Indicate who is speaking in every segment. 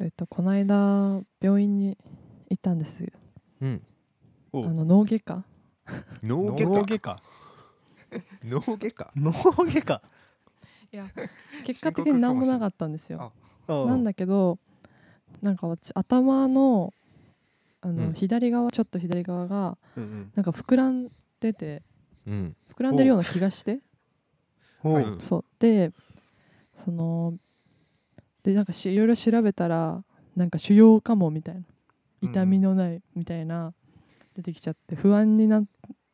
Speaker 1: えっと、この間病院に行ったんですよ
Speaker 2: うん
Speaker 1: あ
Speaker 3: お
Speaker 1: の脳外科
Speaker 2: 脳
Speaker 3: 脳
Speaker 2: 外
Speaker 3: 外
Speaker 2: 科
Speaker 3: 科
Speaker 2: 脳外科
Speaker 3: 脳外 科
Speaker 1: いや結果的に何もなかったんですよなん
Speaker 3: だ
Speaker 1: だけどなんか私頭のあの、
Speaker 2: うん
Speaker 1: 左側ちょっと左側が
Speaker 3: うん
Speaker 1: なんか膨らんでて
Speaker 2: うん
Speaker 1: 膨らんでるような気がして
Speaker 3: うん
Speaker 2: う
Speaker 3: うんん
Speaker 1: そうでそのでなんかしいろいろ調べたらなんか腫瘍かもみたいな痛みのないみたいな出てきちゃって不安になっ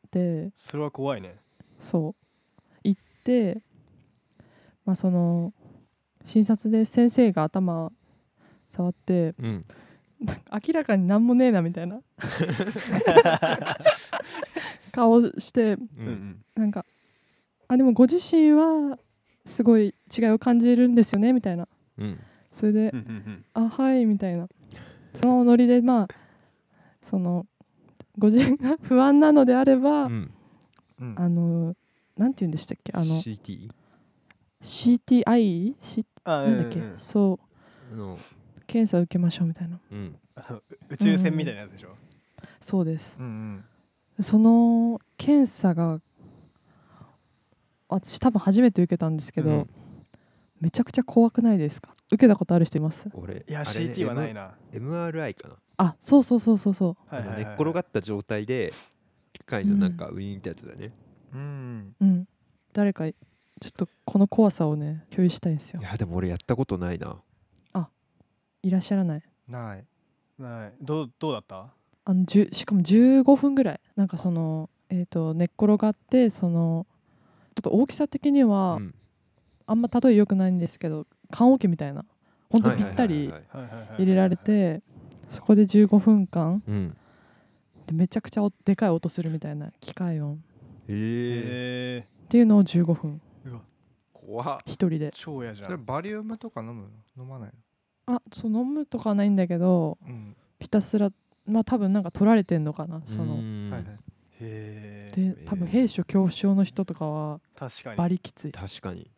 Speaker 1: て
Speaker 3: それは怖いね
Speaker 1: そう行って、まあ、その診察で先生が頭触って
Speaker 2: うん
Speaker 1: なんか明らかになんもねえなみたい な顔して
Speaker 2: う
Speaker 3: うんうんん
Speaker 1: なんかあでもご自身はすごい違いを感じるんですよねみたいな
Speaker 2: うん
Speaker 1: それで
Speaker 3: うんうん
Speaker 1: 「あはい」みたいなそのノリでまあそのご自身が不安なのであれば、
Speaker 2: うん
Speaker 3: うん
Speaker 1: あのなんて言うんでしたっけあの
Speaker 2: CT
Speaker 1: CTI? し
Speaker 3: あ
Speaker 1: なんだっけ、
Speaker 3: うんうん
Speaker 1: そ
Speaker 2: の
Speaker 1: う検査受けましょうみたいな
Speaker 2: うん
Speaker 3: あの宇宙船みたいなやつでしょ
Speaker 1: そうです
Speaker 3: うんうん
Speaker 1: その検査が私多分初めて受けたんですけど、
Speaker 2: うん
Speaker 1: めちゃくちゃ怖くないですか受けたことある人います
Speaker 2: 俺
Speaker 3: いや
Speaker 2: あれ
Speaker 3: CT はない
Speaker 2: M-
Speaker 3: な
Speaker 2: MRI かな
Speaker 1: あそうそうそうそうそ
Speaker 3: はいは
Speaker 2: あ
Speaker 3: いは
Speaker 2: の
Speaker 3: い
Speaker 2: 寝っ転がった状態で機械のなんかウィーンってやつだよね
Speaker 3: うん
Speaker 1: ううん誰かちょっとこの怖さをね共有したいんですよ
Speaker 2: いやでも俺やったことないない
Speaker 1: らっしゃらない
Speaker 4: ない
Speaker 3: はいどうどうだった
Speaker 1: あのじゅしかも15分ぐらいなんかそのえっ、と寝っ転がってそのちょっと大きさ的には、
Speaker 2: うん
Speaker 1: あんま例え良くないんですけど棺桶みたいな本当
Speaker 2: はい
Speaker 1: ぴ
Speaker 2: はい
Speaker 1: ったり
Speaker 2: はいはい
Speaker 3: はいはいはい
Speaker 1: 入れられてそこで15分間
Speaker 2: うん
Speaker 1: でめちゃくちゃおでかい音するみたいな機械音
Speaker 2: ええ
Speaker 3: ええ
Speaker 1: っていうのを15分
Speaker 3: うわ
Speaker 2: 怖っ
Speaker 1: 一人で
Speaker 3: 超嫌じゃ
Speaker 4: それ
Speaker 3: ん
Speaker 4: バリウムとか飲むの飲まない
Speaker 1: あそう飲むとかはないんだけど
Speaker 4: のうん
Speaker 1: ひたすらまあ多分なんか取られてんのかなそうの
Speaker 2: ん
Speaker 4: はいはい
Speaker 3: へえ
Speaker 1: で多分兵所恐怖症の人とかは
Speaker 3: 確かに
Speaker 1: バリきつい
Speaker 2: 確かに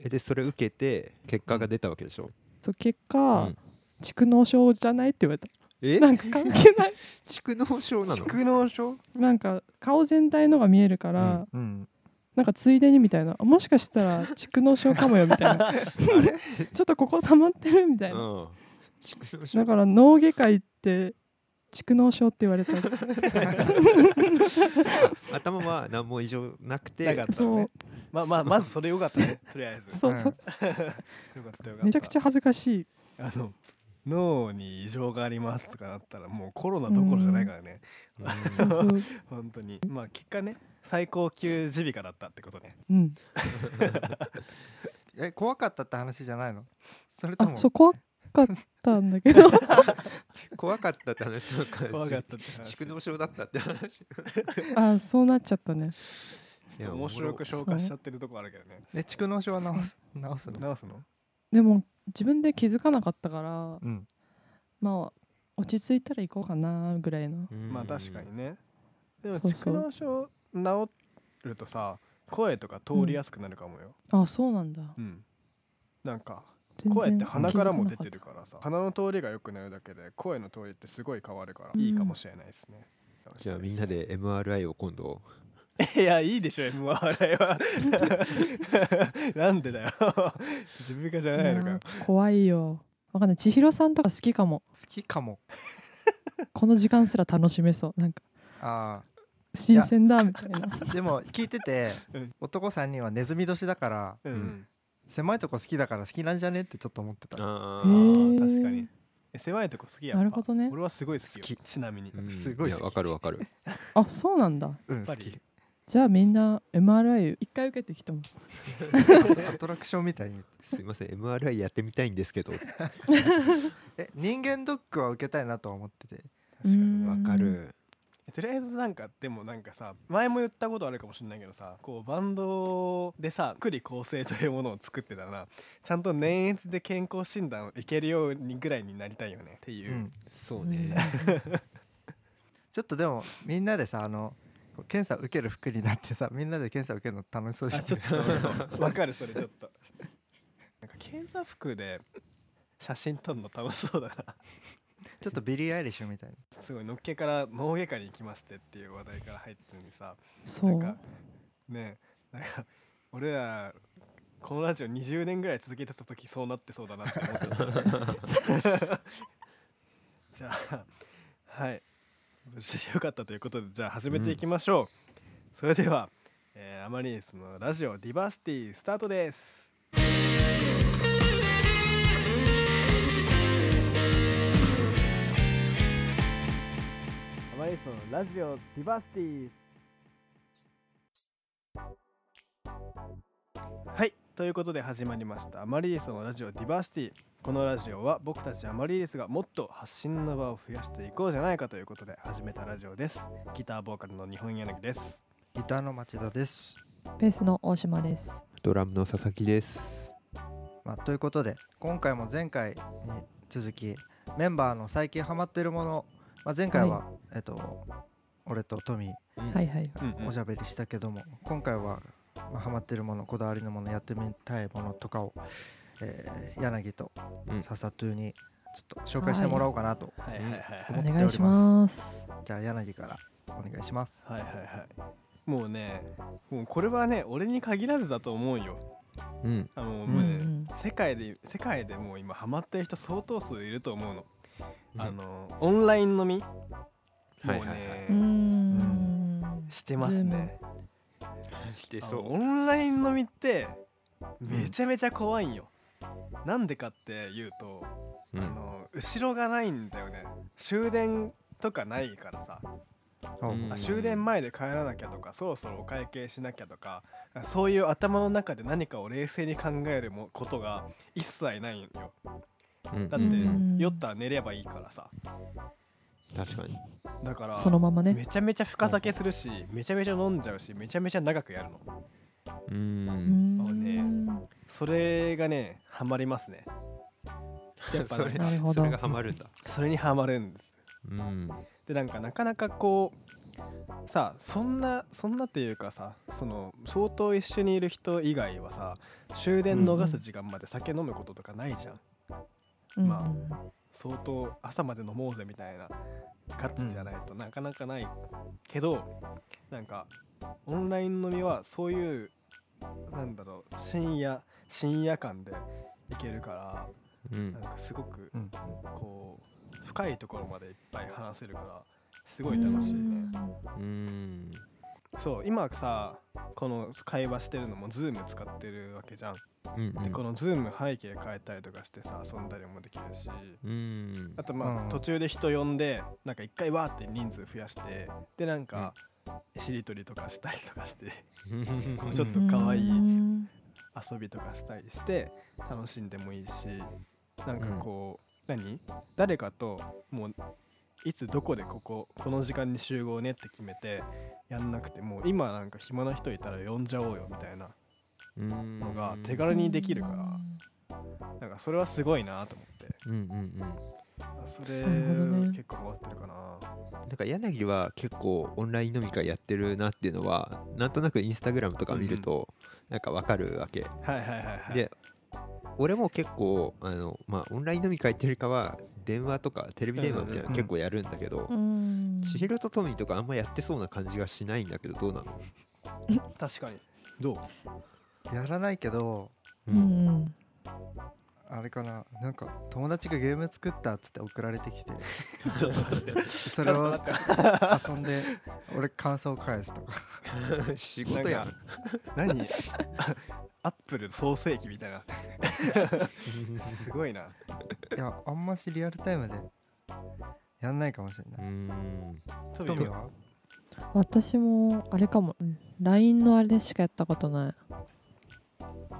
Speaker 2: えでそれ受けて結果が出たわけでしょ
Speaker 1: そう結
Speaker 2: う
Speaker 1: 果
Speaker 2: ん
Speaker 1: 蓄膿症じゃないって言われた
Speaker 2: え
Speaker 1: なんか関係ない
Speaker 2: 蓄膿症なの
Speaker 3: 蓄膿症
Speaker 1: なんか顔全体のが見えるから、
Speaker 2: うん
Speaker 4: うん
Speaker 1: なんかついでにみたいなもしかしたら蓄膿症かもよみたいな ちょっとここ溜まってるみたいな、
Speaker 2: うん蓄膿
Speaker 1: だ
Speaker 2: 症
Speaker 1: から脳外科行って蓄膿症って言わ れた
Speaker 2: 頭は何も異常なく
Speaker 3: な
Speaker 2: て
Speaker 3: かったの
Speaker 1: そ
Speaker 3: ね
Speaker 1: う
Speaker 3: まあまあまずそれよかったねとりあえず
Speaker 1: そうそう、
Speaker 3: よかったよかった
Speaker 1: めちゃくちゃ恥ずかしい
Speaker 3: あの脳に異常がありますとかなったらもうコロナどころじゃないからね
Speaker 2: うん
Speaker 1: そう そう
Speaker 3: 本当にまあ結果ね最高級耳鼻科だったってことね
Speaker 1: うん
Speaker 4: え怖かったって話じゃないのそれと
Speaker 1: あ
Speaker 4: も
Speaker 1: そう怖かったんだけ ど
Speaker 2: 怖かったって話の感じ
Speaker 3: 怖かったって話
Speaker 2: 蓄膿症だったって話
Speaker 1: あそうなっちゃったね
Speaker 2: いや
Speaker 3: 面白く消化しちゃってるとこあるけどね
Speaker 4: え蓄膿症は治す治すの
Speaker 3: 直すの
Speaker 1: でも自分で気づかなかったから
Speaker 4: うん
Speaker 1: まあ落ち着いたら行こうかなぐらいの
Speaker 2: うん
Speaker 3: まあ確かにねでも
Speaker 1: そうそ
Speaker 3: 蓄
Speaker 1: う
Speaker 3: 膿症治るとさ声とか通りやすくなるかもよ
Speaker 1: あそうなんだ
Speaker 3: うんなんか
Speaker 1: 全然
Speaker 3: 声って鼻からも出て
Speaker 1: 気づ
Speaker 3: るからさ鼻の通りが良くなるだけで声の通りってすごい変わるから
Speaker 1: うん
Speaker 3: いいかもしれないですね
Speaker 2: じゃあみんなで MRI を今度
Speaker 3: いやいいでしょ MRI は なんでだよ自分がじゃ
Speaker 1: か
Speaker 3: ない
Speaker 1: なか
Speaker 3: のかよ
Speaker 1: ったいやー怖いよわかんない千尋さんとか好きかも
Speaker 4: 好きかも
Speaker 1: この時間すら楽しめそうなんか
Speaker 4: あ
Speaker 1: 新鮮だみたいな
Speaker 4: ーでも聞いてて、
Speaker 3: うん
Speaker 4: 男3人はネズミ年だから
Speaker 3: うんうん
Speaker 4: 狭いとこ好きだから好きなんじゃねってちょっと思ってた
Speaker 2: あ
Speaker 1: へー
Speaker 3: あ確かにえ狭いとこ好きやっぱ
Speaker 1: なるほどね
Speaker 3: 俺はすごい好きよ
Speaker 4: 好き
Speaker 3: ちなみに、
Speaker 2: うん
Speaker 4: すごい好き
Speaker 2: やわかるわ かる
Speaker 1: あそうなんだ
Speaker 4: うん
Speaker 3: ぱ
Speaker 4: 好
Speaker 3: り
Speaker 4: き
Speaker 1: じゃあみんな MRI 一回受けてきたもん
Speaker 4: アトラクションみたいに
Speaker 2: すいません MRI やってみたいんですけど
Speaker 4: え人間ドックは受けたいなとは思ってて
Speaker 3: 確かに
Speaker 1: うん
Speaker 2: わかる
Speaker 3: とりあえずなんかでもなんかさ前も言ったことあるかもしれないけどさこうバンドでさ栗構成というものを作ってたらちゃんと年越で健康診断をいけるようにぐらいになりたいよねっていう、
Speaker 4: うん
Speaker 2: そうね
Speaker 4: ちょっとでもみんなでさあのこう検査受ける服になってさみんなで検査受けるの楽しそうじゃ
Speaker 3: あ
Speaker 4: ん
Speaker 3: ちょっとそうわかるそれちょっとなんか検査服で写真撮るの楽しそうだな
Speaker 4: ちょっとビリー・アイリッシュみたいな
Speaker 3: すごいのっけから脳外科に行きましてっていう話題から入ってるのにさ
Speaker 1: そ
Speaker 3: なんか
Speaker 1: う
Speaker 3: ねえなんか俺らこのラジオ20年ぐらい続けてた時そうなってそうだなって思ってた じゃあはい無事でよかったということでじゃあ始めていきましょう、それでは、えーアマリリスのラジオディバーシティスタートですアマリリスのラジオディバーシティはいということで始まりましたアマリリスのラジオディバーシティこのラジオは僕たちアマリリスがもっと発信の場を増やしていこうじゃないかということで始めたラジオですギターボーカルの日本柳です
Speaker 4: ギターの町田です、
Speaker 1: ベースの大島です
Speaker 2: ドラムの佐々木です
Speaker 4: まあ、ということで今回も前回に続きメンバーの最近ハマってるもの、まあ、前回は、えっと俺とトミー
Speaker 1: はいはい
Speaker 3: うんうん
Speaker 4: おしゃべりしたけども、今回は、まあ、ハマってるものこだわりのものやってみたいものとかを、えー柳と
Speaker 2: うん
Speaker 4: 笹トゥにちょっと紹介してもらおうかなと、
Speaker 3: はいはいはいはい
Speaker 1: お願いします
Speaker 4: じゃあ柳からお願いします
Speaker 3: はいはいはいもうねもうこれはね俺に限らずだと思うよ
Speaker 2: うん
Speaker 3: あのも
Speaker 1: うん
Speaker 3: うね、
Speaker 1: うん
Speaker 3: 世界で世界でもう今ハマってる人相当数いると思うの、
Speaker 2: うん
Speaker 3: あのオンライン飲みもうね、
Speaker 2: はいはいはいう
Speaker 1: ーん
Speaker 3: してますね
Speaker 2: して
Speaker 3: あのオンライン飲みってめちゃめちゃ怖いんよ、なんでかっていうと、
Speaker 2: うん
Speaker 3: あの後ろがないんだよね終電とかないからさ、
Speaker 4: お
Speaker 2: うん
Speaker 3: あ終電前で帰らなきゃとかそろそろお会計しなきゃとかそういう頭の中で何かを冷静に考えるもことが一切ないんよ
Speaker 2: うん
Speaker 3: だって
Speaker 1: うん
Speaker 3: 酔ったら寝ればいいからさ
Speaker 2: 確かに
Speaker 3: だから
Speaker 1: そのままね
Speaker 3: めちゃめちゃ深酒するしめちゃめちゃ飲んじゃうしめちゃめちゃ長くやるの
Speaker 2: う
Speaker 1: うんーん
Speaker 3: あのねそれがねハマりますねやっ ぱ
Speaker 2: それ
Speaker 3: ね
Speaker 1: なるほど
Speaker 2: それがハマるんだ
Speaker 3: それにハマるんです
Speaker 2: うん
Speaker 3: でなんかなかなかこうさそんなそんなっていうかさその相当一緒にいる人以外はさ終電逃す時間まで酒飲むこととかないじゃん、
Speaker 1: うん
Speaker 3: ま相当朝まで飲もうぜみたいなガッツじゃないとなかなかないけど、なんかオンライン飲みはそういうなんだろう深夜深夜間で行けるから
Speaker 2: うん
Speaker 3: なんかすごく
Speaker 4: うん
Speaker 3: こう深いところまでいっぱい話せるからすごい楽しいね。
Speaker 2: うん
Speaker 3: そう今さこの会話してるのも Zoom 使ってるわけじゃん、
Speaker 2: うん
Speaker 3: でこの Zoom 背景変えたりとかしてさ遊んだりもできるし
Speaker 2: うん
Speaker 3: あとまあ、
Speaker 4: うん
Speaker 3: 途中で人呼んでなんか一回わーって人数増やしてでなんか、しりとりとかしたりとかして
Speaker 2: うん
Speaker 3: ちょっと
Speaker 1: うん
Speaker 3: 可愛い
Speaker 1: うん
Speaker 3: 遊びとかしたりして楽しんでもいいしなんかこう、何誰かともういつどこでこここの時間に集合ねって決めてやんなくてもう今なんか暇な人いたら呼んじゃおうよみたいな
Speaker 2: うん
Speaker 3: のが手軽にできるからなんかそれはすごいなと思って
Speaker 2: うんうんうん
Speaker 3: あそれ
Speaker 1: なるほどね
Speaker 3: 結構ハマってるかな
Speaker 2: なんか柳は結構オンライン飲み会やってるなっていうのはなんとなくインスタグラムとか見るとなんかわかるわけ、
Speaker 3: はいはいはいはい
Speaker 2: で俺も結構あの、まあ、オンライン飲み会っていうよりかは電話とかテレビ電話みたいな
Speaker 4: うん
Speaker 2: の結構やるんだけど、
Speaker 1: うん
Speaker 2: 千尋とトミーとかあんまやってそうな感じがしないんだけどどうなの、
Speaker 3: 確かにどう
Speaker 4: やらないけど
Speaker 1: うんうん
Speaker 4: あれかななんか友達がゲーム作ったっつって送られてきて
Speaker 3: ちょっと待って
Speaker 4: それを
Speaker 3: ちょっと待って
Speaker 4: 遊んで俺感想返すとか
Speaker 2: 仕事やん
Speaker 3: なん何 アップル創世記みたいな すごいない
Speaker 4: やあんましリアルタイムでやんないかもしれ
Speaker 2: う
Speaker 4: ない、
Speaker 2: ん
Speaker 3: ト
Speaker 4: ト
Speaker 3: ミ
Speaker 4: ミ
Speaker 3: ー
Speaker 4: ー
Speaker 3: は
Speaker 4: は
Speaker 1: 私もあれかも LINE のあれしかやったことない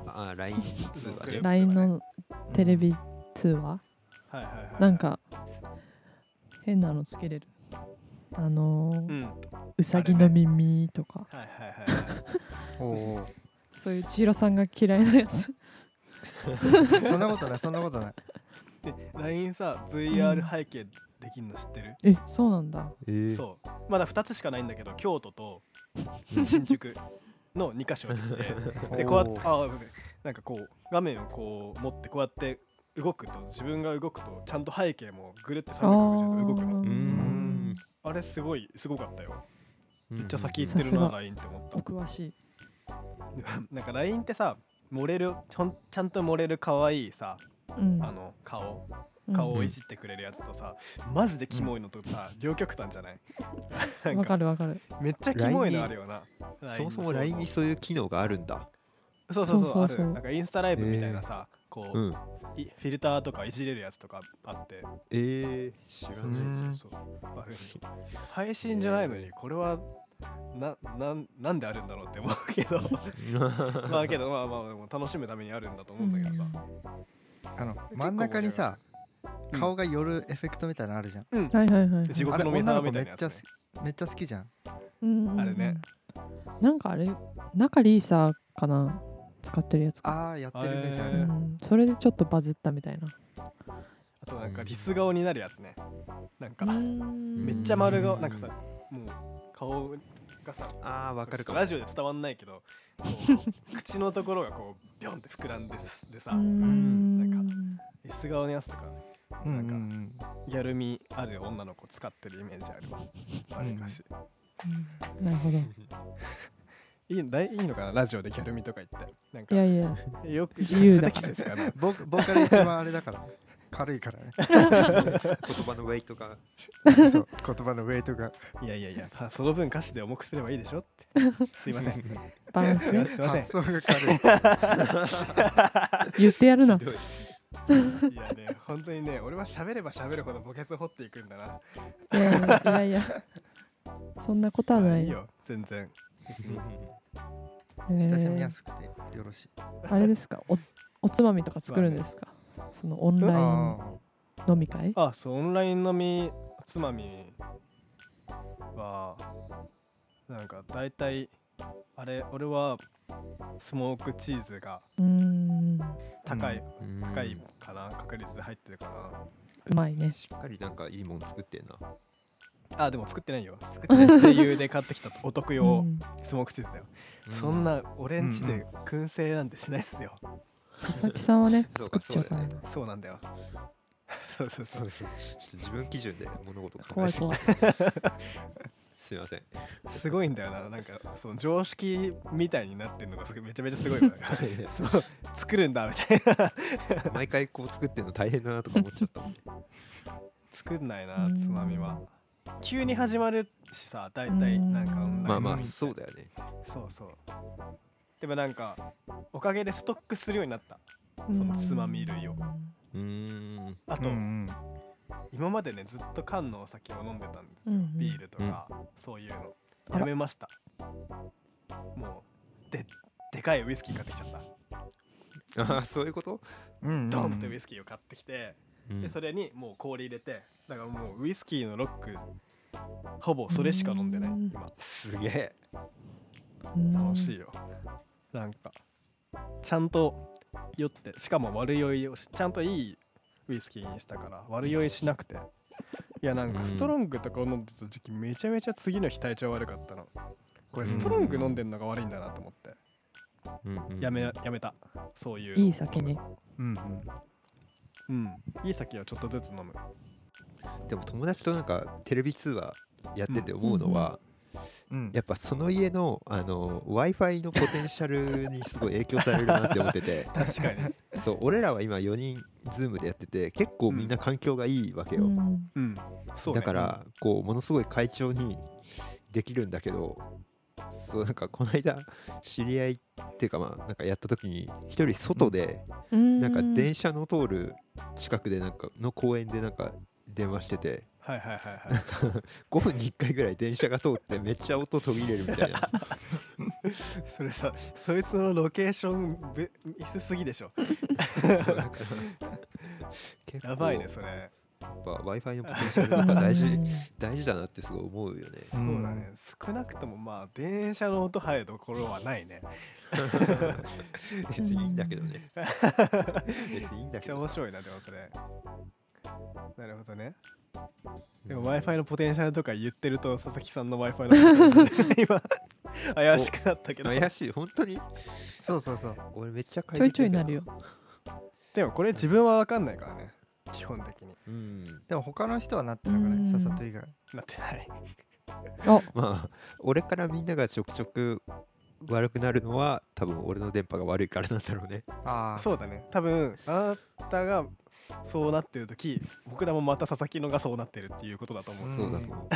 Speaker 2: あ LINE 通話ね
Speaker 3: よく
Speaker 1: LINE のテレビ通話
Speaker 3: はいはいはい
Speaker 1: なんか変なのつけれるあのー
Speaker 3: うんはいう
Speaker 1: さぎの耳とか
Speaker 3: はいはいはい
Speaker 4: おう
Speaker 1: そういう千尋さんが嫌いなやつ
Speaker 4: おうそんなことないそんなことない
Speaker 3: で LINE さ VR 背景できるの知ってる、
Speaker 1: えそうなんだ
Speaker 2: えー
Speaker 3: そうまだ2つしかないんだけど京都と新宿の2箇所ができてでこうやってあーなんかこう画面をこう持ってこうやって動くと自分が動くとちゃんと背景もぐるって
Speaker 1: あ
Speaker 3: 360度動くの
Speaker 2: うーん
Speaker 3: あれすごいすごかったよめっちゃ先行
Speaker 1: っ
Speaker 3: ってて
Speaker 1: る
Speaker 3: る
Speaker 1: さ
Speaker 3: な
Speaker 1: すが
Speaker 3: LINE って思っ
Speaker 1: お
Speaker 3: た
Speaker 1: 詳しい
Speaker 3: なんか LINE ってさ盛れるちゃんちゃんと盛れる可愛いさ
Speaker 1: うん
Speaker 3: あの顔
Speaker 1: うん
Speaker 3: 顔をいじってくれるやつとさマジでキモいのとさ両極端じゃないなん
Speaker 1: わ
Speaker 3: か
Speaker 1: かるわかる
Speaker 3: めっちゃキモいのあるよな
Speaker 2: うん
Speaker 3: LINE
Speaker 2: そもそも LINE にそういう機能があるんだ
Speaker 3: そうそうそう
Speaker 1: そう
Speaker 3: あ
Speaker 1: そうそう
Speaker 3: るなんかインスタライブみたいなさこ
Speaker 2: う
Speaker 3: うんいフィルターとかいじれるやつとかあって
Speaker 2: えー、知ら
Speaker 4: う
Speaker 2: ない
Speaker 4: ん
Speaker 3: そうある配信じゃないのにこれはななんなんであるんだろうって思うけどまあけどまあまあまあ楽しむためにあるんだと思うんだけどさ
Speaker 4: あの真ん中にさ
Speaker 3: うん
Speaker 4: 顔が寄るエフェクトみたいなのあるじゃん、
Speaker 3: うん
Speaker 1: はいはいはい
Speaker 3: 地
Speaker 4: あ
Speaker 3: 獄
Speaker 4: れ
Speaker 3: のメ
Speaker 4: 女
Speaker 3: タ
Speaker 4: の
Speaker 3: ル
Speaker 4: 子
Speaker 3: み
Speaker 4: め
Speaker 3: た
Speaker 4: っ
Speaker 3: い
Speaker 4: ち
Speaker 3: なや
Speaker 4: ゃ
Speaker 3: つ、ね、
Speaker 4: すめっちゃ好きじゃん
Speaker 1: うんうんうん
Speaker 3: あれね
Speaker 1: なんかあれ仲いいさかな使ってるやつか
Speaker 4: ああやってるねじゃ
Speaker 3: へ
Speaker 1: う
Speaker 4: あ
Speaker 3: ー
Speaker 1: んそれでちょっとバズったみたいな
Speaker 3: あとなんかリス顔になるやつねなんかめ
Speaker 1: め
Speaker 3: っちゃ丸顔
Speaker 2: うん
Speaker 3: なんかさもう顔がさ
Speaker 2: あーわかるかも
Speaker 3: ラジオで伝わんないけどこう口のところがこうビョンって膨らんですでさ
Speaker 1: うん
Speaker 3: なんか S 顔のやつとか
Speaker 4: うん
Speaker 3: なん
Speaker 4: うん
Speaker 3: か
Speaker 4: うん
Speaker 3: やるみある女の子使ってるイメージあるわあれかし、
Speaker 1: うんなる ほど
Speaker 3: いいだいいいのかなラジオでギャルみとか言ってなんか
Speaker 1: いやいや
Speaker 3: よく
Speaker 1: 自由だ
Speaker 3: 不適切かな
Speaker 4: ボボーカル一番あれだから軽いから ね
Speaker 2: 言葉のウェイトが
Speaker 4: そう言葉のウェイトが
Speaker 3: いやいやいやその分歌詞で重くすればいいでしょって すいませんすい
Speaker 1: バランスね
Speaker 3: ま せんすいません
Speaker 4: 発想が軽い
Speaker 1: 言ってやるな
Speaker 2: ひどい
Speaker 3: いやね本当にね俺は喋れば喋るほどボケツ掘っていくんだない
Speaker 1: やいやいやいやそんなことはない
Speaker 3: いいよ全然
Speaker 1: えー
Speaker 4: 親しみやすくてよろしい
Speaker 1: あれですかおおつまみとか作るんですかそのオンライ
Speaker 4: あ
Speaker 1: ン飲み会
Speaker 3: あそうオンライン飲みつまみはなんか大体あれ俺はスモークチーズが
Speaker 1: うーん
Speaker 3: 高い、
Speaker 2: うん
Speaker 3: 高いかな確率で入ってるか
Speaker 1: うまいね
Speaker 2: しっかりなんかいいもん作ってんな
Speaker 3: なあでも作ってないよ作ってない声優で買ってきたお得
Speaker 1: う
Speaker 3: 用
Speaker 1: ん
Speaker 3: スモークチーズだよ、そんな俺んち
Speaker 4: うん
Speaker 3: で燻製なんてしないっすよ、
Speaker 1: 佐々木さんはね
Speaker 2: そう
Speaker 1: 作
Speaker 2: か
Speaker 1: っちゃうから
Speaker 2: そ
Speaker 1: な
Speaker 3: そうなんだよ そうそ
Speaker 2: そ
Speaker 3: うそう
Speaker 2: うそうちょっと自分基準で物事を考
Speaker 1: 怖
Speaker 2: え
Speaker 1: い
Speaker 2: て
Speaker 1: 怖い
Speaker 2: すいません
Speaker 3: すごいんだよななんかその常識みたいになってるのがすごいめちゃめちゃすごいから そう作るんだみたいな
Speaker 2: 毎回こう作ってんの大変だなとか思っちゃったもんね
Speaker 3: 作んないな
Speaker 1: うん
Speaker 3: つまみは急に始まるしさ大体なんか
Speaker 1: うん
Speaker 2: まあま
Speaker 3: オン
Speaker 2: あ
Speaker 3: ライン飲みって
Speaker 2: そうだよね
Speaker 3: そうそうでもなんかおかげでストックするようになった
Speaker 1: うん
Speaker 3: そのつまみ類を
Speaker 2: うーん
Speaker 3: あ
Speaker 4: うん
Speaker 3: と、
Speaker 4: うん
Speaker 3: 今までねずっと缶のお酒を飲んでたんですよ、
Speaker 1: うんうん
Speaker 3: ビールとか、そういうの
Speaker 1: あら
Speaker 3: やめましたもうででかいウイスキー買ってきちゃった
Speaker 2: ああそういうこと
Speaker 4: うんうん
Speaker 3: ドンってウイスキーを買ってきて、
Speaker 2: うん
Speaker 3: でそれにもう氷入れてだからもうウイスキーのロックほぼそれしか飲んでない
Speaker 1: うん
Speaker 3: 今
Speaker 2: すげえ
Speaker 1: うん
Speaker 3: 楽しいよなんかちゃんと酔ってしかも悪酔いをしちゃんといいウイスキーにしたから悪酔いしなくていやなん
Speaker 2: う
Speaker 3: か
Speaker 2: ん
Speaker 3: ストロングとかを飲んでた時期めちゃめちゃ次の日体調悪かったのこれストロング飲んでんのが悪いんだなと思って
Speaker 2: うんうん
Speaker 3: やめやめたそういうの
Speaker 1: いい酒ね
Speaker 4: うんうん
Speaker 3: うんいい酒をちょっとずつ飲む
Speaker 2: でも友達となんかテレビ通話やってて思うのは、
Speaker 4: うん
Speaker 2: やっぱその家のあの w i f i のポテンシャルにすごい影響されるなって思ってて
Speaker 3: 確かに
Speaker 2: そう俺らは今4人 Zoom でやってて結構みんな環境がいいわけよ、
Speaker 1: うん
Speaker 3: うんそう、ね、
Speaker 2: だからこうものすごい快調にできるんだけどそうなんかこの間知り合いっていうかまあなんかやった時に一人外でなんか電車の通る近くでなんかの公園でなんか電話してて
Speaker 3: はいはいはいはい
Speaker 2: 5分に1回ぐらい電車が通ってめっちゃ音途切れるみたい な
Speaker 3: それさそいつのロケーションぶミスすぎでしょ
Speaker 2: そうだから結構
Speaker 3: やばいねそれ
Speaker 2: やっぱ w i f i のポテンシャルとか大
Speaker 1: う
Speaker 2: 事
Speaker 1: ん
Speaker 2: 大事だなってすごい思うよね
Speaker 4: うん
Speaker 3: そうだね、少なくともまあ電車の音入るところはないね。
Speaker 2: 別にいいんだけどね別にいいんだ
Speaker 3: め
Speaker 2: け
Speaker 3: っちゃ
Speaker 2: ど
Speaker 3: 面
Speaker 2: さ
Speaker 3: 白いな、でもそれ。なるほどね。でも
Speaker 2: うん
Speaker 3: Wi-Fi のポテンシャルとか言ってると、佐々木さんの Wi-Fi のポテンシャルが今、怪しくなったけど。
Speaker 2: 怪しい本当に
Speaker 4: そうそうそう
Speaker 2: 俺めっちゃ
Speaker 1: ちょいちょいなる
Speaker 2: よ
Speaker 1: よ
Speaker 3: でもこれ自分は分かんないからね基本的に
Speaker 2: うん
Speaker 4: でも他の人はなってるから
Speaker 1: うん
Speaker 4: ねさっさと以外
Speaker 3: なってない
Speaker 2: まあ俺からみんながちょくちょく悪くなるのは多分俺の電波が悪いからなんだろうね
Speaker 4: ああ
Speaker 3: そうだね多分あなたがそうなってる時僕らもまた佐々木のがそうなってるっていうことだと思う、
Speaker 4: ん
Speaker 2: そうだと思う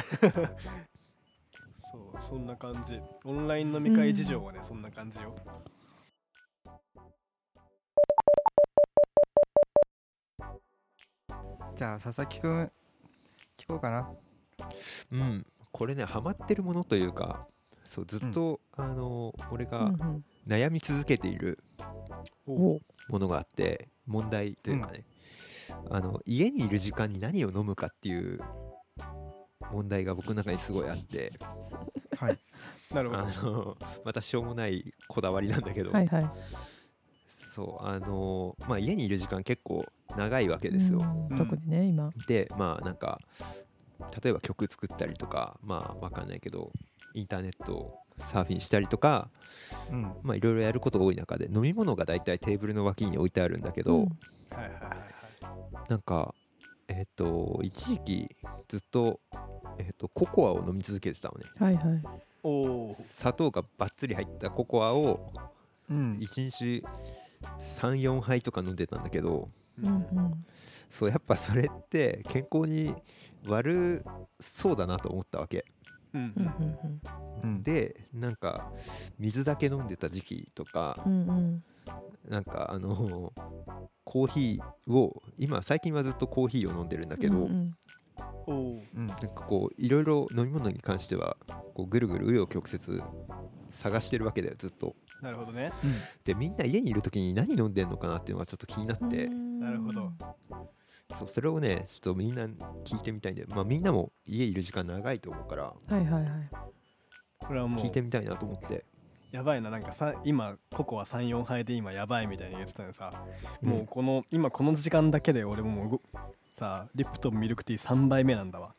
Speaker 3: そうそんな感じオンライン飲み会事情はね、そんな感じよ
Speaker 4: じゃあ佐々木くん聞こうかな
Speaker 2: うんこれねハマってるものというかそうずっと、あの俺
Speaker 1: うんう
Speaker 2: が
Speaker 1: ん
Speaker 2: 悩み続けている
Speaker 1: おう
Speaker 2: ものがあって問題というかね、あの家にいる時間に何を飲むかっていう問題が僕の中にすごいあって
Speaker 4: はい
Speaker 3: なるほど
Speaker 2: あのまたしょうもないこだわりなんだけど、
Speaker 1: はいはい
Speaker 2: そうあのまあ家にいる時間結構長いわけですよ。
Speaker 1: うん特にね今
Speaker 2: でまあなんか例えば曲作ったりとかまあわかんないけどインターネットをサーフィンしたりとか
Speaker 4: うん
Speaker 2: まあいろいろやること多い中で飲み物が大体テーブルの脇に置いてあるんだけど、
Speaker 1: うん
Speaker 3: はいはいはいはい
Speaker 2: なんかえっ、と一時期ずっと,、えっとココアを飲み続けてたのね
Speaker 1: はいはい
Speaker 3: おお
Speaker 2: 砂糖がばっつり入ったココアを
Speaker 4: うん
Speaker 2: 1日34杯とか飲んでたんだけど
Speaker 1: うんうん
Speaker 2: そうやっぱそれって健康に悪そうだなと思ったわけ
Speaker 3: うん
Speaker 1: うんうん
Speaker 4: うん
Speaker 2: でなんか水だけ飲んでた時期とか
Speaker 1: うんうん
Speaker 2: なんかあのコーヒーを今最近はずっとコーヒーを飲んでるんだけど、
Speaker 1: うんうん
Speaker 3: おお
Speaker 4: うん
Speaker 2: なんかこういろいろ飲み物に関してはこうぐるぐる紆余曲折探してるわけだよずっと
Speaker 3: なるほどね
Speaker 2: でみんな家にいる時に何飲んでんのかなっていうのがちょっと気になって
Speaker 1: な
Speaker 3: なるほど
Speaker 2: そうそれをねちょっとみんな聞いてみたいんで、まあ、みんなも家いる時間長いと思うから
Speaker 1: はいはいはい
Speaker 3: これはも
Speaker 2: 聞いうてみたいなと思って
Speaker 3: やばいななんかさ今ココア34杯で今やばいみたいに言ってたのにさ、もうこの今この時間だけで俺もうごさあリプトンミルクティー3杯目なんだわ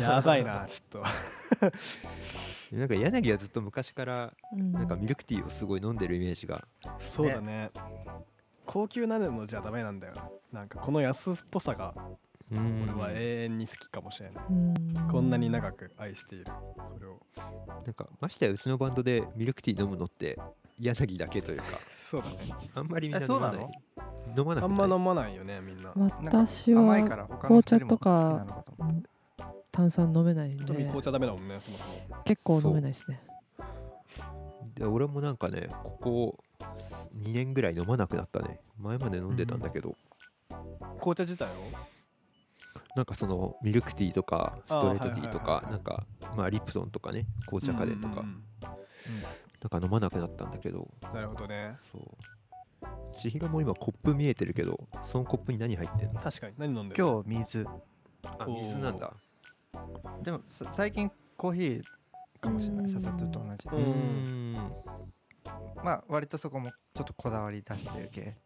Speaker 3: やばいなちょっ
Speaker 2: うん なんか柳はずっと昔から
Speaker 1: うん
Speaker 2: なんかミルクティーをすごい飲んでるイメージが
Speaker 3: とそうだね高級なのじゃダメなんだよななんかこの安っぽさが
Speaker 2: うん
Speaker 3: 俺は永遠に好きかもしれない、
Speaker 1: うん
Speaker 3: こんなに長く愛しているそれを
Speaker 2: なんかましてやうちのバンドでミルクティー飲むのって柳だけというか
Speaker 3: そうだね
Speaker 2: あんまりみんな
Speaker 4: え
Speaker 2: 飲
Speaker 4: そう
Speaker 2: ま
Speaker 4: な
Speaker 2: ない
Speaker 4: の
Speaker 2: 飲まな
Speaker 3: あ
Speaker 2: く
Speaker 3: ん
Speaker 2: な
Speaker 3: ま
Speaker 2: い
Speaker 3: 飲まないよねみんな
Speaker 1: 私
Speaker 4: 甘い
Speaker 1: は
Speaker 4: から他の人より
Speaker 1: 紅茶
Speaker 4: も
Speaker 1: とか
Speaker 4: 好きなのかと思
Speaker 1: うん炭酸飲めないん
Speaker 3: 特に
Speaker 1: で
Speaker 3: 紅茶ダメだもんねそもそも
Speaker 1: 結構飲めないですね
Speaker 2: で俺もなんかねここ2年ぐらい飲まなくなったね前まで飲んでたんだけど、
Speaker 3: 紅茶自体を
Speaker 2: なんかそのミルクティーとかストレートティーとか
Speaker 3: あーはいはいはいはい
Speaker 2: なんかまあリプトンとかね紅茶カレーとか、
Speaker 3: うんうん
Speaker 2: なんか飲まなくなったんだけど
Speaker 3: うんなるほどね
Speaker 2: そう千尋も今コップ見えてるけどそのコップに何入ってんの
Speaker 3: 確かに何飲んでる
Speaker 4: う今日水
Speaker 2: あ水なんだ
Speaker 4: でもさ最近コーヒーかもしれな
Speaker 1: う
Speaker 4: い
Speaker 1: ん
Speaker 4: ささとと同じ
Speaker 2: う
Speaker 3: う
Speaker 2: ー
Speaker 3: ん
Speaker 2: ん
Speaker 4: まあ割とそこもちょっとこだわり出してる系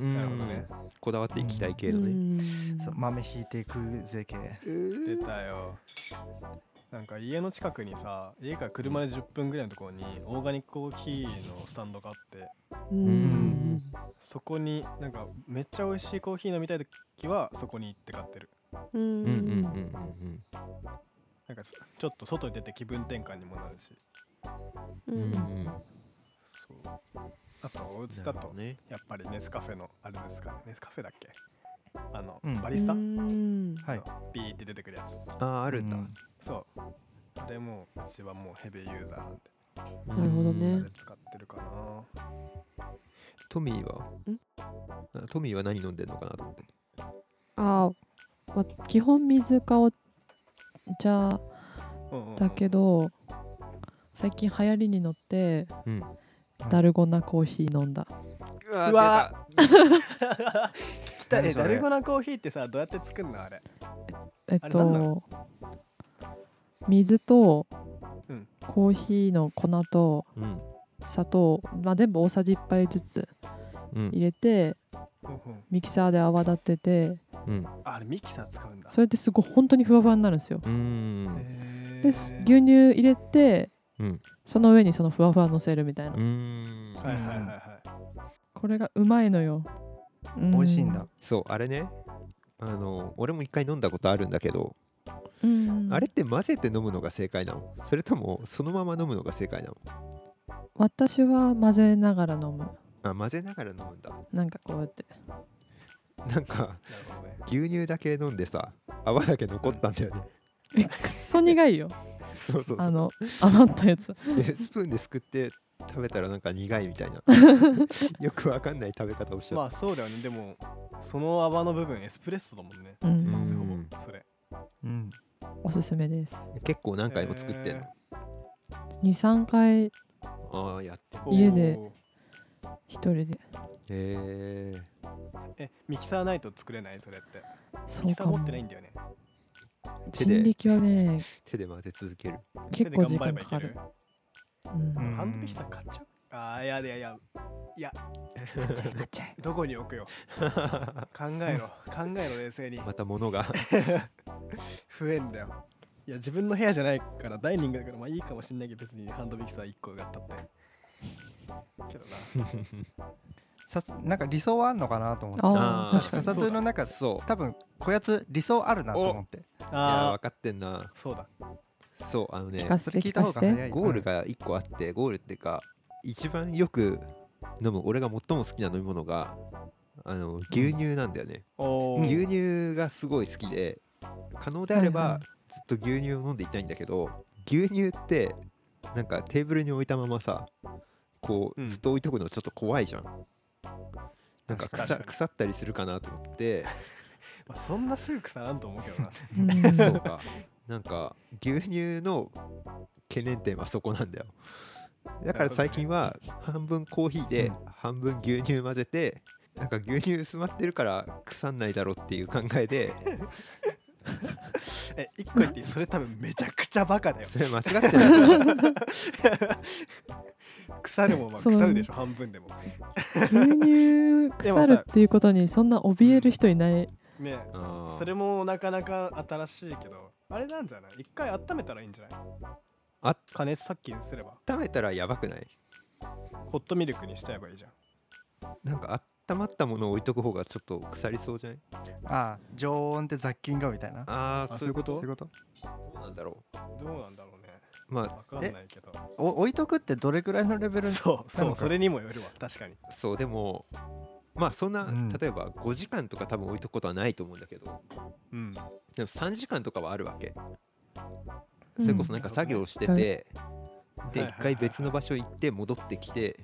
Speaker 2: うーん
Speaker 3: なるほどね
Speaker 2: こだわっていきたい系の
Speaker 1: う
Speaker 2: ね
Speaker 1: ん
Speaker 4: そう豆引いていくぜ系
Speaker 3: 出たよなんか家の近くにさ家から車で10分ぐらいのところにオーガニックコーヒーのスタンドがあって
Speaker 1: うん
Speaker 2: うーん
Speaker 4: ん
Speaker 3: そこになんかめっちゃ美味しいコーヒー飲みたい時はそこに行って買ってる
Speaker 1: う
Speaker 2: うんんうんうんうん
Speaker 3: なんかちょっと外に出て気分転換にもなるし
Speaker 1: う
Speaker 2: うんうん
Speaker 1: ん
Speaker 2: うん
Speaker 3: そうあとお家
Speaker 2: な
Speaker 3: だ
Speaker 2: るほ
Speaker 3: と
Speaker 2: どね
Speaker 3: やっぱりネスカフェのあれですかねネスカフェだっけあの、
Speaker 4: うん
Speaker 3: バリスタ
Speaker 1: うん
Speaker 4: はい
Speaker 3: ピーって出てくるやつ
Speaker 2: あああるんだ
Speaker 4: うん
Speaker 3: そうあれもううちはもうヘビーユーザーなんで
Speaker 1: なるほどね
Speaker 2: う
Speaker 3: あ
Speaker 2: ん
Speaker 3: れ使ってるかな
Speaker 2: トミーはあトミーは何飲んでんのかなと思って
Speaker 1: あー、まあ基本水かお茶
Speaker 3: うんうんうん
Speaker 1: だけど最近流行りに乗って
Speaker 2: うん
Speaker 1: ダルゴナコーヒー飲んだ
Speaker 2: うわ
Speaker 3: ーうわ
Speaker 4: 来
Speaker 3: だえダルゴナコーヒーってさどうやって作るのあれ
Speaker 1: えっ
Speaker 3: あれなんな
Speaker 1: と水と
Speaker 3: うん
Speaker 1: コーヒーの粉と
Speaker 2: うん
Speaker 1: 砂糖、まあ、全部大さじ1杯ずつ
Speaker 2: うん
Speaker 1: 入れて
Speaker 3: うん
Speaker 1: ミキサーで泡立てて
Speaker 2: うん
Speaker 3: ああれミキサー使うんだ
Speaker 1: それですごい本当にふわふわになるんですよ
Speaker 2: うーん
Speaker 3: へー
Speaker 1: で牛乳入れて
Speaker 2: うん
Speaker 1: その上にそのふわふわ乗せるみたいな
Speaker 2: うーん
Speaker 3: はいはいはいはい
Speaker 1: これがうまいのよ美
Speaker 4: 美味しいんだ。
Speaker 2: そうあれねあの俺も一回飲んだことあるんだけど、
Speaker 1: うん
Speaker 2: あれって混ぜて飲むのが正解なのそれともそのまま飲むのが正解なの
Speaker 1: 私は混ぜながら飲む
Speaker 2: あ混ぜながら飲むんだ
Speaker 1: なんかこうやって
Speaker 2: なんか
Speaker 3: なるほどね
Speaker 2: 牛乳だけ飲んでさ泡だけ残ったんだよね
Speaker 1: えくっそ苦いよ
Speaker 2: そうそうそ
Speaker 1: あ
Speaker 2: う
Speaker 1: の余ったやつ
Speaker 2: でスプーンですくって食べたらなんか苦いみ たいなよくわかんない食べ方をしちゃ
Speaker 3: ま
Speaker 2: っ
Speaker 3: あそうだよねでもその泡の部分エスプレッソだもんね
Speaker 1: うん
Speaker 3: 実質ほ
Speaker 2: うん
Speaker 3: ぼそれ
Speaker 4: うん。
Speaker 1: おすすめです
Speaker 2: た結構何回も作ってんの、
Speaker 1: 23回
Speaker 2: ああやって
Speaker 3: おー
Speaker 1: 家で一人で
Speaker 2: へえ
Speaker 3: えミキサーないと作れないそれって
Speaker 1: そ
Speaker 3: ミ
Speaker 1: う
Speaker 3: キサ
Speaker 1: か
Speaker 3: ー持
Speaker 1: も
Speaker 3: ってないんだよね
Speaker 2: 手で
Speaker 1: 人力はね
Speaker 2: 手で混ぜ続ける
Speaker 1: 結構時間かか
Speaker 3: 手で
Speaker 1: る
Speaker 3: 頑張ればい
Speaker 1: うん
Speaker 4: う
Speaker 3: け
Speaker 4: ん
Speaker 3: ハンドミキサー買っちゃうあーいやいやいや
Speaker 1: ガチャガチャ
Speaker 3: どこに 置くよ考えろ考えろ冷静に
Speaker 2: また物が
Speaker 3: 増えんだよいや自分の部屋じゃないからダイニングだからまあいいかもしんないけど別にハンドミキサー1個があったってけどな
Speaker 4: さなんか理想はあんのかなと思って。
Speaker 1: ああ
Speaker 2: あー
Speaker 1: 確か
Speaker 4: さ
Speaker 1: に
Speaker 4: さといの 中
Speaker 2: そう
Speaker 4: 多分こやつ理想あるなと思って。
Speaker 2: いや
Speaker 3: あ
Speaker 2: 分かってんな
Speaker 3: ーそうだ
Speaker 2: そうあのね
Speaker 1: 聞かせ
Speaker 4: そ
Speaker 1: て
Speaker 4: れ聞
Speaker 1: 聞
Speaker 4: いた
Speaker 1: かせ
Speaker 4: 方が
Speaker 1: て
Speaker 4: 早い。
Speaker 2: ゴールが1個あってゴールっていうか一番よく飲む俺が最も好きな飲み物があの牛乳なんだよね、
Speaker 3: おー
Speaker 2: 牛乳がすごい好きで可能であれ
Speaker 1: はいはい
Speaker 2: ばずっと牛乳を飲んでいたいんだけど牛乳ってなんかテーブルに置いたままさこ
Speaker 3: う
Speaker 2: うんずっと置いとくのちょっと怖いじゃん、なんか
Speaker 3: 確
Speaker 2: 腐
Speaker 3: かに
Speaker 2: 腐ったりするかなと思って
Speaker 3: まあ、そんなすぐ腐らんと思うけどな
Speaker 1: うん
Speaker 2: そうか。なんか牛乳の懸念点はそこなんだよ。だから最近は半分コーヒーで半分牛乳混ぜて、なんか牛乳薄まってるから腐んないだろうっていう考えで、
Speaker 3: え1個言っていいそれ多分めちゃくちゃバカだよ
Speaker 2: それ間違ってないから。
Speaker 3: 腐るもんまあ
Speaker 1: そう
Speaker 3: 腐るでしょ半分でも
Speaker 1: 牛乳腐るっていうことにそんな怯える人いない
Speaker 3: ね
Speaker 2: あー
Speaker 3: それもなかなか新しいけどあれなんじゃない一回温めたらいいんじゃない
Speaker 2: あ
Speaker 3: 加熱殺菌すれば
Speaker 2: 温めたらやばくない。
Speaker 3: ホットミルクにしちゃえばいいじゃん
Speaker 2: なんか温まったものを置いとく方がちょっと腐りそうじゃない？
Speaker 4: ああ常温って雑菌がみたいな。
Speaker 2: ああ
Speaker 3: あそういうこと
Speaker 4: そういうこと。
Speaker 2: どうなんだろ
Speaker 3: どうなんだろうね
Speaker 2: う。ま
Speaker 3: わかんないけど
Speaker 4: お置いとくってどれくらいの レベル？
Speaker 3: そう
Speaker 4: な
Speaker 3: そう
Speaker 4: のか
Speaker 3: それにもよるわ確かに
Speaker 2: あそうでも。まあそんな、
Speaker 4: うん
Speaker 2: 例えば5時間とか多分置いとくことはないと思うんだけど、
Speaker 3: うん
Speaker 2: でも3時間とかはあるわけ、それこそなんか作業してて、で
Speaker 3: はいはいはいはい
Speaker 2: 1回別の場所行って戻ってきて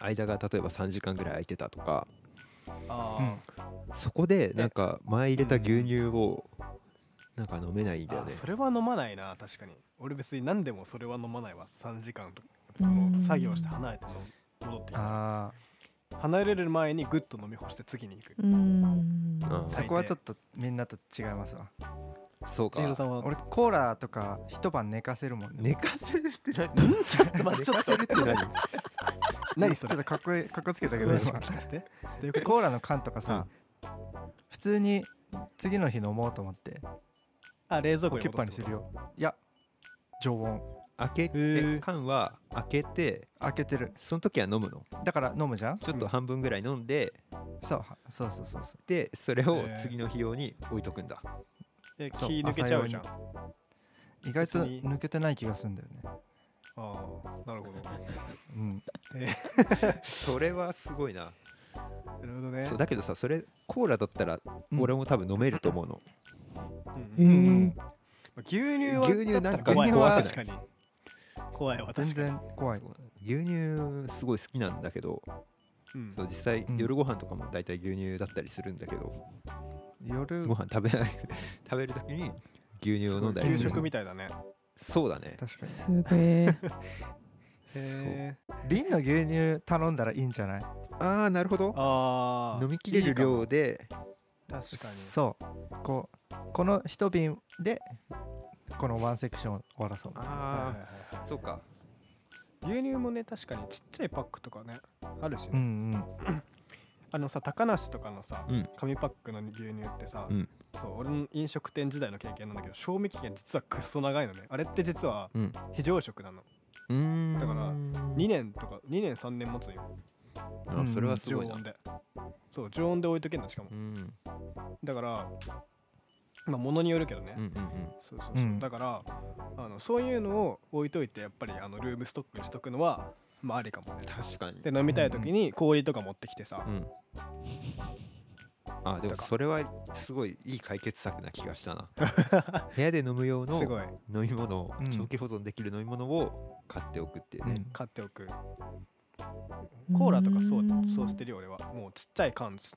Speaker 2: 間が例えば3時間ぐらい空いてたとか
Speaker 3: あ
Speaker 4: う
Speaker 3: あ、
Speaker 4: ん。
Speaker 2: そこでなんか前入れた牛乳をなんか飲めないんだよ
Speaker 3: あ
Speaker 2: ね
Speaker 3: それは飲まないな確かに俺別に何でもそれは飲まないわ3時間とか
Speaker 1: うん
Speaker 3: その作業して離れて戻ってきた
Speaker 4: あ
Speaker 3: 離れる前にグッと飲み干して次に行く
Speaker 1: うん
Speaker 2: あ
Speaker 4: あ
Speaker 2: ー
Speaker 4: そこはちょっとみんなと違いますわ。
Speaker 2: そう
Speaker 3: 千尋さ
Speaker 2: か
Speaker 3: んは
Speaker 4: 俺コーラとか一晩寝かせるもんね。
Speaker 2: 寝かせるって何
Speaker 3: ちょっと待ってちょっと
Speaker 2: 寝かせるって何
Speaker 3: 何
Speaker 4: ち
Speaker 3: そ
Speaker 4: ょっ
Speaker 3: れ
Speaker 4: とかっこいいかっこつけたけど
Speaker 3: 詳し
Speaker 4: 今
Speaker 3: く聞かせてどういうこと
Speaker 4: コーラの缶とかさ、普通に次の日飲もうと思って
Speaker 3: あ冷蔵庫に
Speaker 4: ケッパーに
Speaker 3: 戻
Speaker 4: す
Speaker 3: す
Speaker 4: るよいや常温
Speaker 2: 開け
Speaker 3: へ
Speaker 2: て
Speaker 3: ー
Speaker 2: 缶は開けて
Speaker 4: 開けてる
Speaker 2: その時は飲むの
Speaker 4: だから飲むじゃん
Speaker 2: ちょっと半分ぐらい飲んで
Speaker 4: そうはそうそうそうそう
Speaker 2: でそれを
Speaker 3: へー
Speaker 2: 次の日用に置いとくんだ
Speaker 3: え気
Speaker 4: そう
Speaker 3: 抜けちゃうじゃんあ
Speaker 4: 意外
Speaker 3: 別
Speaker 4: と
Speaker 3: に
Speaker 4: 抜けてない気がするんだよね
Speaker 3: あなるほど
Speaker 4: うん
Speaker 2: それはすごいな
Speaker 3: なるほどね
Speaker 2: そうだけどさそれコーラだったら
Speaker 4: うん
Speaker 2: 俺も多分飲めると思うの、
Speaker 3: う
Speaker 1: へ
Speaker 3: んうん
Speaker 1: え
Speaker 3: まあ牛乳は
Speaker 2: 牛乳なんか
Speaker 3: だったら怖い
Speaker 4: 怖
Speaker 3: わ
Speaker 4: くない
Speaker 3: 確かに怖いわ
Speaker 4: 全
Speaker 3: 確かに
Speaker 4: 然怖い
Speaker 2: 牛乳すごい好きなんだけど
Speaker 3: うん
Speaker 2: そう実際
Speaker 4: うん
Speaker 2: 夜ご飯とかも大体牛乳だったりするんだけど、
Speaker 4: 夜
Speaker 2: ご飯食べない 食べる時に牛乳を飲んだり
Speaker 3: 給
Speaker 2: する
Speaker 3: 食みたいだね
Speaker 2: そうだね
Speaker 4: 確か
Speaker 1: すげえ
Speaker 2: そう
Speaker 3: へえ
Speaker 4: に瓶の牛乳頼んだらいいんじゃない
Speaker 2: ああなるほど
Speaker 3: ああ
Speaker 2: 飲みきれる量で
Speaker 3: 確か
Speaker 4: そうこうこの一瓶でこのワンセクションを終わらそう
Speaker 3: にはいはい
Speaker 2: あ
Speaker 3: はい
Speaker 2: あそうか
Speaker 3: 牛乳もね確かにちっちゃいパックとかねあるしね、
Speaker 4: うんうん
Speaker 3: あのさ高梨とかのさ、
Speaker 2: うん
Speaker 3: 紙パックの牛乳ってさ、
Speaker 2: うん
Speaker 3: そう俺の飲食店時代の経験なんだけど賞味期限実はくっそ長いのねあれって実は
Speaker 2: うん
Speaker 3: 非常食なの、
Speaker 2: うーん
Speaker 3: だから
Speaker 2: 2
Speaker 3: 2年とか2年3年持つんよ
Speaker 2: あそれはす
Speaker 3: 常
Speaker 2: ごいな
Speaker 3: 温でそう常温で置いとけんのしかも
Speaker 2: うん
Speaker 3: だからまあ物によるけどね、
Speaker 2: うんうん
Speaker 3: そうそうそう
Speaker 4: うん
Speaker 3: だからあのそういうのを置いといてやっぱりあのルームストックにしとくのはまあありかもね
Speaker 2: 確かに
Speaker 3: で飲みたい時に氷とか持ってきてさ、
Speaker 2: うんあでもそれはすごいいい解決策な気がした な部屋で飲む用の
Speaker 3: すごい
Speaker 2: 飲み物を
Speaker 4: うん
Speaker 2: 長期保存できる飲み物を買っておくっていうね、
Speaker 4: うん
Speaker 3: 買っておくコーラとかそうそうしてるよ俺はもうちっちゃい缶です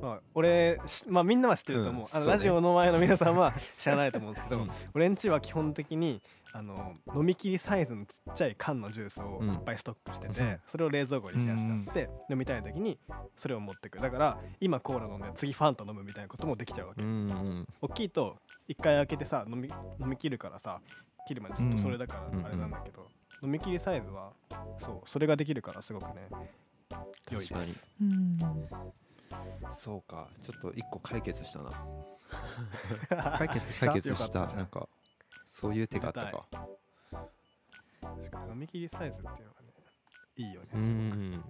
Speaker 3: まあ、俺しまあみんなは知ってると
Speaker 2: うん
Speaker 3: 思う,、あの
Speaker 2: そうね
Speaker 3: ラジオの前の皆さんは知らないと思うんですけど、
Speaker 2: うん
Speaker 3: 俺んちは基本的にあの飲み切りサイズのちっちゃい缶のジュースを
Speaker 2: うん
Speaker 3: いっぱいストックしてて、それを冷蔵庫に冷やしてあって、飲みたい時にそれを持ってくだから今コーラ飲んで次ファンタ飲むみたいなこともできちゃうわけ
Speaker 2: うんうん
Speaker 3: 大きいと一回開けてさ飲み飲み切るからさ切るまでずっとそれだか
Speaker 2: うん
Speaker 3: らあれなんだけど、飲み切りサイズはそうそれができるからすごくね良いで
Speaker 2: 確
Speaker 3: す
Speaker 2: かに
Speaker 1: うん
Speaker 2: そうかちょっと一個解決したな
Speaker 4: 解決した
Speaker 2: 解決し
Speaker 3: よかったたじゃん
Speaker 2: なんかそういう手があったか
Speaker 3: 確かに飲み切りサイズっていうのがねいいよね
Speaker 2: うんう
Speaker 3: すごく
Speaker 2: ん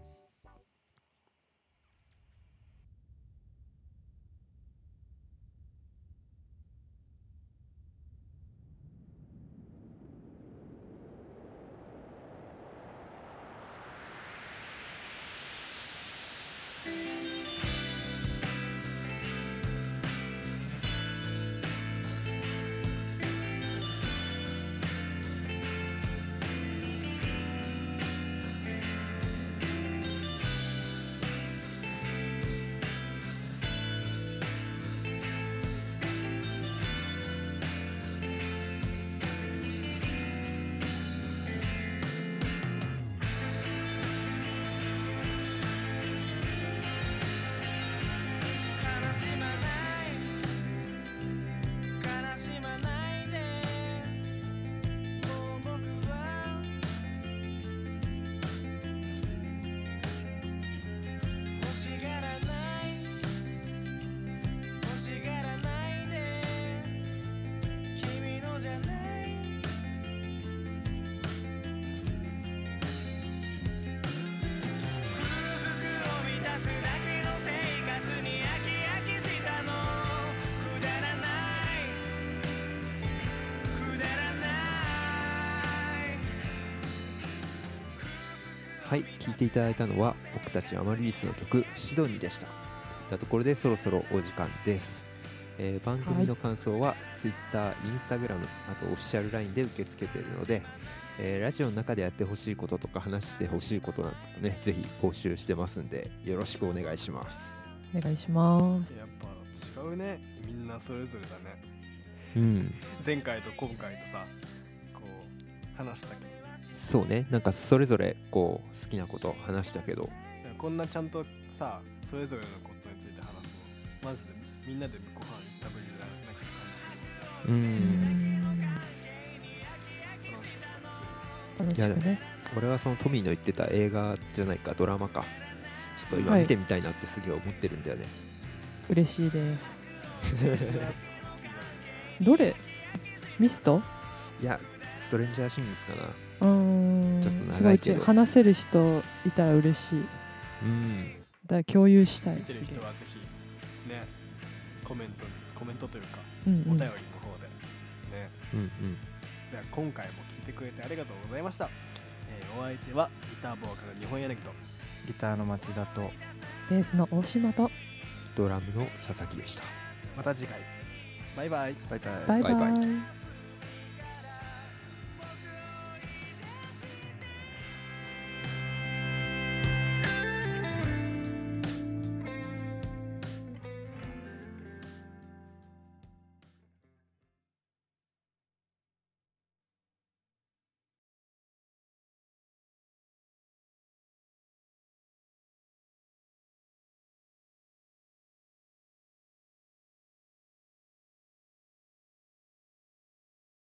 Speaker 5: 悲しまない悲しまないでもう僕は欲しがらない欲しがらないで君のじゃない空腹を満たすだけの生活に飽き飽きしたのくだらないくだらない
Speaker 2: はい聴いていただいたのは僕たちアマリリスの曲「シドニー」でしたといったところでそろそろお時間です、えー番組の感想は Twitter、Instagram あとオフィシャル LINE で受け付けているので、えーラジオの中でやってほしいこととか話してほしいことなんかねぜひ募集してますんでよろしくお願いします
Speaker 1: お願いします
Speaker 3: やっぱ違うねみんなそれぞれだね
Speaker 2: うん
Speaker 3: 前回と今回とさこう話したけど
Speaker 2: そうねなんかそれぞれこう好きなことを話したけど
Speaker 3: こんなちゃんとさそれぞれのことについて話すのマジでみんなでご飯行ったぶりだなんか
Speaker 2: う
Speaker 1: うんん
Speaker 3: 楽しかった普通
Speaker 1: 楽しくね
Speaker 2: 俺はそのトミーの言ってた映画じゃないかドラマかちょっと今
Speaker 1: はい
Speaker 2: 見てみたいなってすげえ思ってるんだよね、
Speaker 1: 嬉しいです どれミスト
Speaker 2: いや、ストレンジャーシングスかな。
Speaker 1: うーん
Speaker 2: ちょっと長いけど
Speaker 1: すごいうち話せる人いたら嬉しい
Speaker 2: うん。
Speaker 1: だから共有したい
Speaker 3: 見てる
Speaker 1: すげえ
Speaker 3: 人はぜひねコメントコメントというか
Speaker 1: うん
Speaker 3: お
Speaker 1: う
Speaker 3: 便
Speaker 1: ん
Speaker 3: りの方でね
Speaker 2: うん
Speaker 3: では今回も聞いてくれてありがとうございました、えーお相手はギターボーカル日本柳と
Speaker 4: ギターの町だと
Speaker 1: ベースの大島と
Speaker 2: ドラムの佐々木でした。
Speaker 3: また次回バイバイ
Speaker 4: バイバイ
Speaker 1: バイ
Speaker 2: バイ
Speaker 1: バ
Speaker 2: バ
Speaker 1: イ